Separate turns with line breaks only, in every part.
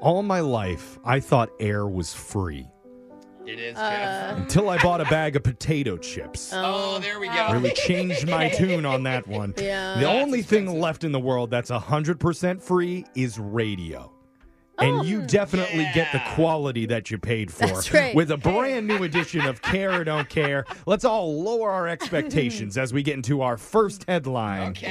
all my life, I thought air was free
It is.
Uh,
Jeff.
until I bought a bag of potato chips.
oh, there we go.
Really changed my tune on that one.
Yeah.
The only thing left in the world that's 100% free is radio. And you definitely get the
Yeah.
quality that you paid for
Oh, That's right.
with a brand new edition of Care or Don't Care. Let's all lower our expectations as we get into our first headline.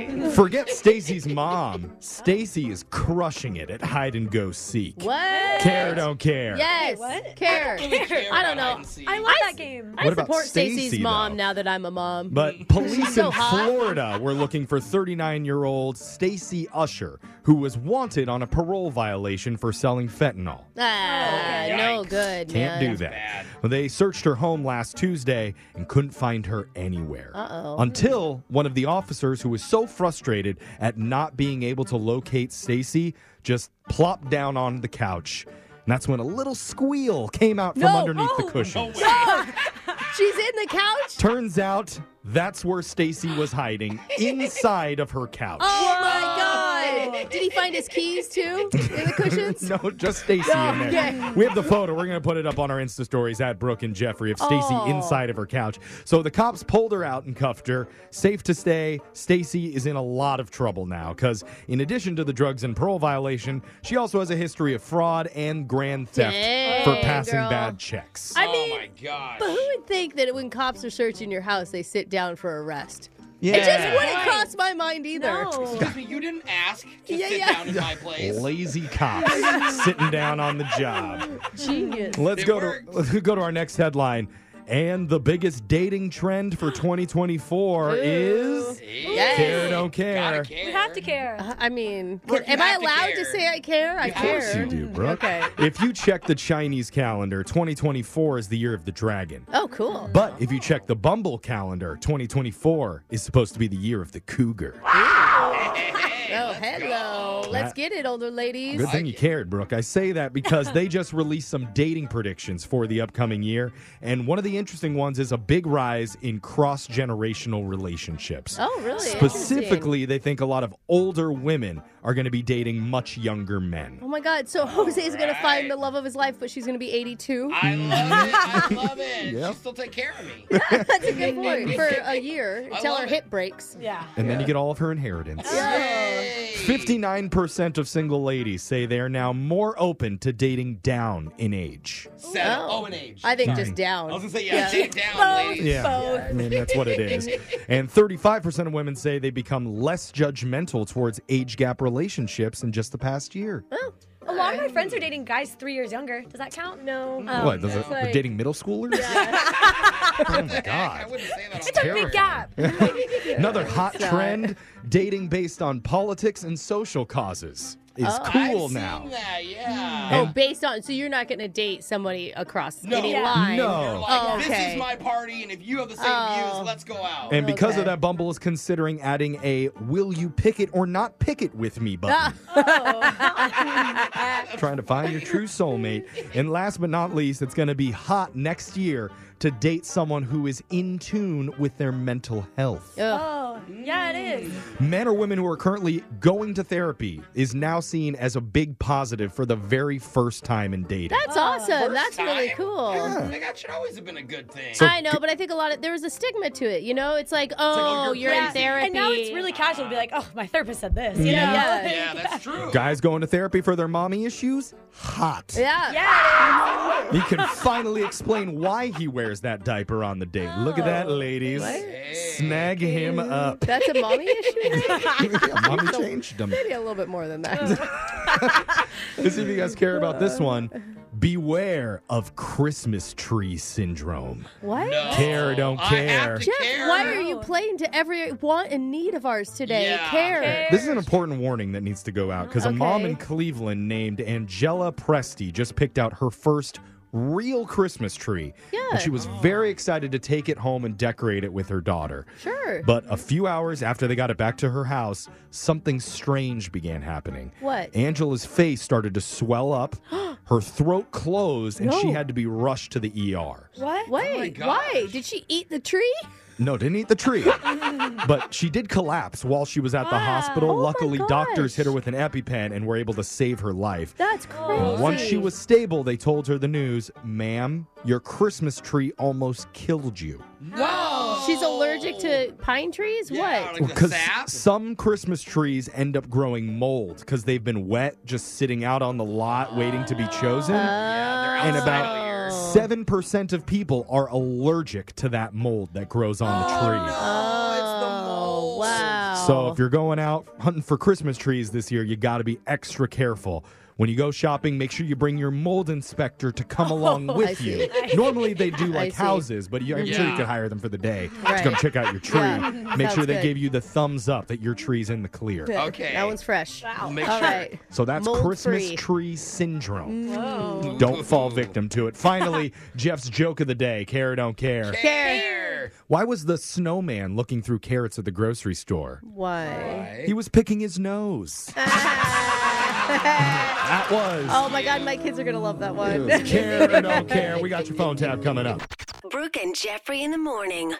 Okay.
Forget Stacy's mom. Stacy is crushing it at hide and go seek.
What?
Care or don't care.
Yes.
What?
Care.
Care
I don't
about
know.
hide and seek.
I love that game.
What
I
about
support Stacy's
Stacy,
mom
though?
now that I'm a mom.
But police
so
in
hot.
Florida were looking for 39-year-old Stacy Usher, who was wanted on a parole violation for selling fentanyl.
Oh,
ah, no
yikes.
good.
Can't
man.
do that.
bad.
Well, They searched her home last Tuesday and couldn't find her anywhere.
Uh-oh.
Until one of the officers who was so frustrated at not being able to locate Stacy just plopped down on the couch. And that's when a little squeal came out from
No.
underneath the
Oh.
No
cushions.
way.
She's in the couch.
Turns out that's where Stacy was hiding inside of her couch.
Oh my god! Did he find his keys too in the cushions?
No, just Stacy in there.
Okay.
We have the photo. We're going to put it up on our Insta stories at Brooke and Jeffrey of Stacy
Oh.
inside of her couch. So the cops pulled her out and cuffed her. Safe to stay, Stacy is in a lot of trouble now because, in addition to the drugs and parole violation, she also has a history of fraud and grand theft
Dang,
for passing
girl.
bad checks.
I
oh
mean,
my gosh.
but who would think that when cops are searching your house, they sit down for a rest?
yeah.
It just wouldn't cross my mind either.
No.
Excuse me, you didn't ask to
Yeah,
sit
yeah.
down in my place.
Lazy cops sitting down on the job.
Genius.
Let's
It
go
worked.
to let's go to our next headline. And the biggest dating trend for 2024 is
See?
Yes.
care don't care.
Gotta care.
We have to care.
I mean,
Brooke, you
am I
have to
allowed to
care.
say I care? I
have
care.
Yes, you do, bro.
Okay.
If you check the Chinese calendar, 2024 is the year of the dragon.
Oh, cool.
But if you check the Bumble calendar, 2024 is supposed to be the year of the cougar.
oh, hello. Let's get it, older ladies.
Good thing you cared, Brooke. I say that because they just released some dating predictions for the upcoming year. And one of the interesting ones is a big rise in cross generational relationships.
Oh, really?
Specifically, they think a lot of older women are going to be dating much younger men.
Oh my God! So Jose's gonna find
right.
the love of his life, but she's gonna be 82.
I love it. I love it.
Yeah.
She still take care of me.
That's a good point for a year
I
until
love
her
it.
hip breaks.
Yeah.
And then you get all of her inheritance.
Yay.
59% of single ladies say they are now more open to dating down in age.
Seven. Oh, an age.
I think
Sorry.
just
I
down.
was gonna say yeah. Take it down, ladies.
Yeah. I mean, that's what it is. And 35% of women say they become less judgmental towards age gap relationships in just the past year.
A lot of my friends are dating guys three years younger. Does that count? No. Um,
what? Does
it's
it, we're
like-
dating middle schoolers? oh, my
I
God.
wouldn't say that.
It's a
on
big gap.
Another hot trend dating based on politics and social causes is cool
I've
now.
Seen that, yeah.
Oh, based on so you're not gonna date somebody across
No.
any
Yeah.
line.
They're
No.
like,
Oh,
This
okay.
is my party, and if you have the same
Oh.
views, let's go out.
And because of
Okay.
that, Bumble is considering adding a "Will you pick it or not pick it with me?" button. Trying to find your true soulmate. And last but not least, it's going to be hot next year to date someone who is in tune with their mental health.
Ugh.
Oh, yeah, it is.
Men or women who are currently going to therapy is now seen as a big positive for the very first time in dating.
That's awesome.
oh. First
That's really
time.
cool.
I think that should always have been a good thing.
So-
I know, but I think a lot of there was a stigma to it. You know, it's like,
oh,
oh,
you're
you're, in
crazy.
therapy.
And now it's really casual to be like, oh, my therapist said this. You know?
Yeah.
Like-
yeah, that's true.
Guys going to therapy for their mommy issues? Hot.
yeah.
Yeah,
He can finally explain why he wears that diaper on the date. Look at
Oh,
that, ladies. Snag him up.
That's a mommy issue.
Yeah, mommy changed him.
Maybe a little bit more than that.
Let's see if you guys care about this one. Beware of Christmas tree syndrome.
what?
No.
Care, don't
I
care.
have to
Jeff,
care.
why are you playing to every want and need of ours today?
Yeah.
Care.
Care.
This is an important warning that needs to go out because a mom
Okay.
in Cleveland named Angela Presti just picked out her first real Christmas tree. And she was very excited to take it home and decorate it with her daughter.
Sure.
But a few hours after they got it back to her house, something strange began happening.
What?
Angela's face started to swell up, her throat closed, and she
No.
had to be rushed to the ER.
What?
Wait,
Oh gosh.
why? Did she eat the tree?
No, didn't eat the tree. but she did collapse while she was at the hospital.
Oh my
Luckily, doctors
gosh.
hit her with an EpiPen and were able to save her life.
That's
Oh.
Uh,
crazy.
Once she was stable, they told her the news, ma'am, your Christmas tree almost killed you.
No.
She's allergic to pine trees?
Yeah,
what?
like the
Because
sap.
some Christmas trees end up growing mold because they've been wet, just sitting out on the lot waiting to be chosen.
Oh.
yeah, they're
and
outside
about
of here.
7% of people are allergic to that mold that grows on the tree.
No, it's the
Oh,
mold.
wow.
So if you're going out hunting for Christmas trees this year, you got to be extra careful. When you go shopping, make sure you bring your mold inspector to
Oh,
come along with you. Normally they do like
see.
houses, but you, I'm sure you
Yeah.
could hire them for the day to
Right.
come check out your tree.
Yeah,
Make
sounds
sure they
good.
give you the thumbs up that your tree's in the clear.
Good.
Okay.
That one's fresh.
We'll make
All
sure.
right.
So that's
Mold
Christmas
free. Mm.
tree syndrome. Don't fall victim to it. Finally, Jeff's joke of the day: care or don't care.
Care.
Why was the snowman looking through carrots at the grocery store?
Why?
He was picking his nose. That was.
Oh my god, my kids are gonna love that one.
care or don't care. We got your phone tab coming up.
Brooke and Jeffrey in the morning.